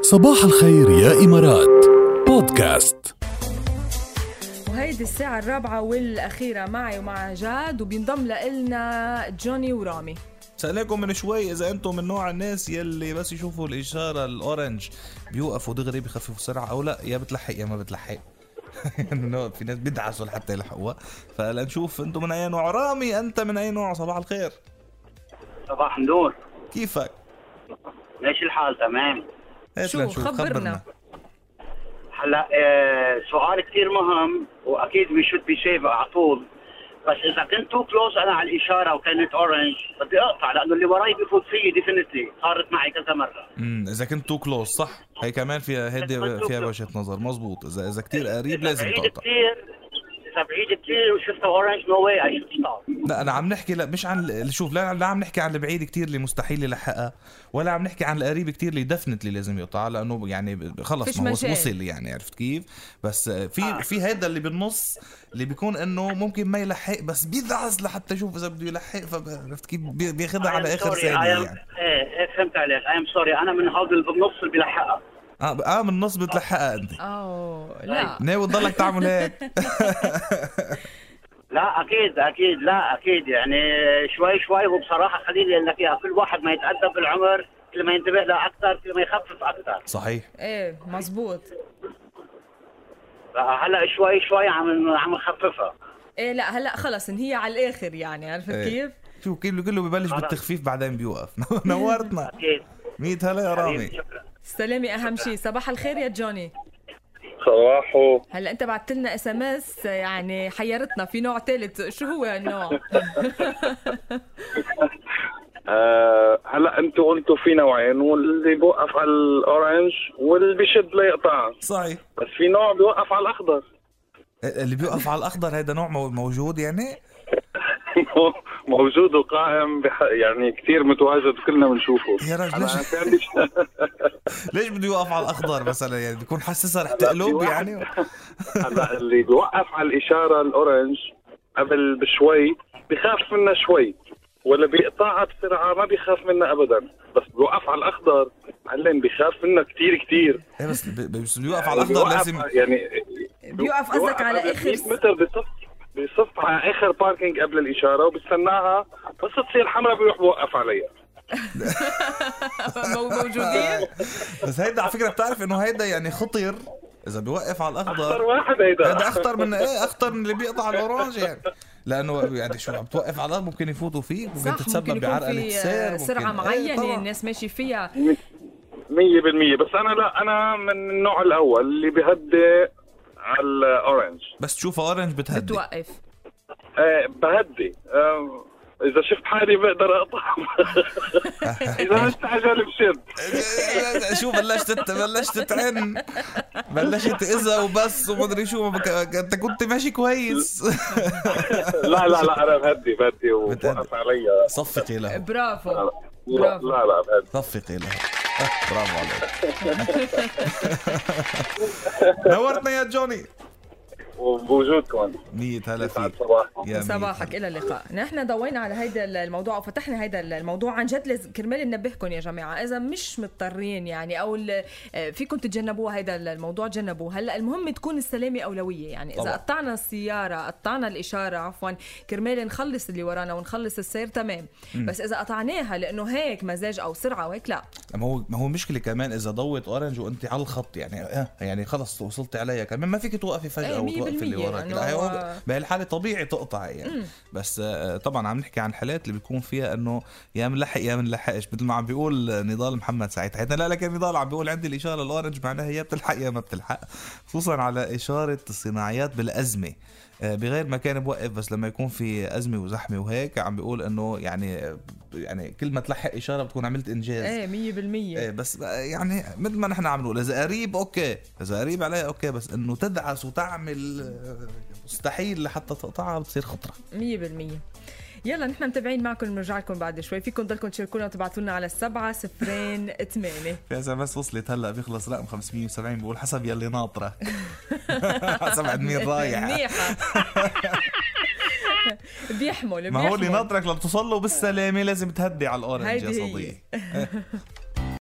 صباح الخير يا إمارات بودكاست وهيدي الساعة الرابعة والأخيرة معي ومع جاد وبينضم لنا جوني ورامي سألكم من شوي إذا أنتم من نوع الناس يلي بس يشوفوا الإشارة الأورنج بيوقفوا دغري بيخففوا سرعة أو لا يا بتلحق يا ما بتلحق يعني نوع- في ناس بيدعسوا لحتى يلحقوها فلنشوف أنتم من أي نوع رامي أنت من أي نوع صباح الخير صباح النور كيفك؟ ماشي الحال تمام هات شو، لنشوف، خبرنا. هلا آه، سؤال كثير مهم واكيد وي شود بي سيف على طول بس اذا كنت تو كلوز انا على الاشاره وكانت اورنج بدي اقطع لانه اللي وراي بيفوت فيي ديفينتلي صارت معي كذا مره امم اذا كنت تو كلوز صح هي كمان فيها هيدي فيها وجهه نظر مزبوط اذا اذا كتير قريب طيب، لازم بعيد تقطع كثير اذا بعيد كثير وشفت اورنج نو واي اي شود ستوب لا انا عم نحكي لا مش عن ال- شوف لا لا عم نحكي عن البعيد كتير اللي مستحيل يلحقها ولا عم نحكي عن القريب كتير اللي دفنتلي لازم يقطعها لانه يعني ب- فيش خلص ما هو مجال. وصل يعني عرفت كيف بس آه، في في هيدا اللي بالنص اللي بيكون انه ممكن ما يلحق بس بيدعس لحتى يشوف اذا بده يلحق فعرفت كيف بي- بياخدها على اخر ثانيه يعني ايه ايه فهمت عليك اي ام سوري انا من هذا اللي بالنص اللي بيلحقها اه ب- اه من النص بتلحقها انت أو لا ناوي تضلك تعمل هيك لا اكيد اكيد لا اكيد يعني شوي شوي وبصراحه خليني اقول لك اياها كل واحد ما يتقدم بالعمر كل ما ينتبه لها اكثر كل ما يخفف اكثر صحيح ايه مزبوط بقى هلا شوي شوي عم عم نخففها ايه لا هلا خلص هي على الآخر يعني عرفت إيه. كيف؟ شوف كله كله ببلش خلاص. بالتخفيف بعدين بيوقف نورتنا اكيد ميت هلا يا رامي حبيبي، شكرا السلامة أهم شيء صباح الخير يا جوني صباحو هلا أنت بعت لنا اس ام اس يعني حيرتنا في نوع ثالث شو هو النوع؟ آه هلا انتوا قلتوا في نوعين واللي بوقف على الاورنج واللي بشد ليقطع صحيح بس في نوع بيوقف على الاخضر اللي بيوقف على الاخضر هذا نوع مو- موجود يعني موجود وقائم بح... يعني كثير متواجد كلنا بنشوفه يا رجل، هلا ليش- أنا كان بيش- ليش بده يوقف على الاخضر مثلا يعني بيكون حاسسها رح تقلب واحد- يعني هلا اللي بيوقف على الاشاره الاورنج قبل بشوي بخاف منا شوي ولا بيقطعها بسرعه ما بيخاف منا ابدا بس بيوقف على الاخضر معلم بيخاف منا كثير كثير ايه بس ب- بس بده يوقف على الاخضر لازم يعني بيوقف قصدك على بيوقف آخر 100 متر بصف بصف على اخر باركينج قبل الاشاره وبستناها بس تصير حمراء بيروح بوقف عليها مو- موجودين؟ بس هيدا على فكره بتعرف انه هيدا يعني خطير اذا بيوقف على اخطر الاخضر واحد هيدا هذا اخطر من ايه اخطر من اللي بيقطع على الاورانج يعني لانه يعني شو عم توقف على الأرض ممكن يفوتوا فيك ممكن صح ممكن تتسبب يكون بعرقله في يعني. سير آه، سرعة ممكن- إيه، معينة طبعاً. الناس ماشي فيها 100% بس انا لا انا من النوع الاول اللي بهدي على الاورنج بس تشوف اورنج بتهدي بتوقف أه بهدي أه اذا شفت حالي بقدر اقطع اذا مستعجل بشد شو بلشت تت- بلشت تتعن بلشت اذى وبس ومدري شو ما بك- انت كنت ماشي كويس لا لا لا انا بهدي بهدي بتهدي. وبوقف عليها صفقي له برافو لا برافو. لا لا بهدي صفقي له برافو عليك نورتنا يا جوني وبوجودكم مية هلا يسعد فيك صباحكم يا ميت صباحك الى اللقاء نحن ضوينا على هيدا الموضوع او فتحنا هيدا الموضوع عن جد لز... كرمال ننبهكم يا جماعه اذا مش مضطرين يعني او ال... آه، فيكم تتجنبوا هيدا الموضوع تجنبوه هلا المهم تكون السلامه اولويه يعني اذا طبعاً. قطعنا السياره قطعنا الاشاره عفوا كرمال نخلص اللي ورانا ونخلص السير تمام بس اذا قطعناها لانه هيك مزاج او سرعه وهيك لا ما هو ما هو مشكله كمان اذا ضوت اورنج وانت على الخط يعني آه يعني خلص وصلت عليها كمان ما فيك توقفي إيه، فجاه مية وتوقفي اللي بالمية، وراك إنه- لا هو بهالحاله طبيعي تقطعي يعني بس آه، طبعا عم نحكي عن حالات اللي بيكون فيها انه يا منلحق يا منلحقش مثل ما عم بيقول نضال محمد سعيد حياتنا لا لكن نضال عم بيقول عندي الاشاره الاورنج معناها يا بتلحق يا ما بتلحق خصوصا على اشاره الصناعيات بالازمه آه، بغير مكان بوقف بس لما يكون في ازمه وزحمه وهيك عم بيقول انه يعني آه، يعني كل ما تلحق اشاره بتكون عملت انجاز ايه 100% ايه بس بقى يعني مثل ما نحن عم نقول اذا قريب اوكي اذا قريب عليها اوكي بس انه تدعس وتعمل آه، مستحيل لحتى تقطعها بتصير خطره مية بالمية يلا نحن متابعين معكم بنرجع لكم بعد شوي فيكم تضلكم تشاركونا وتبعتوا لنا على السبعة صفرين ثمانية في اس ام اس وصلت هلا بيخلص رقم 570 بقول حسب يلي ناطره حسب عند مين رايح منيحة بيحمل ما هو اللي بيحمل. ناطرك لتوصل له بالسلامه لازم تهدي على الاورنج يا هيدي هي. صديقي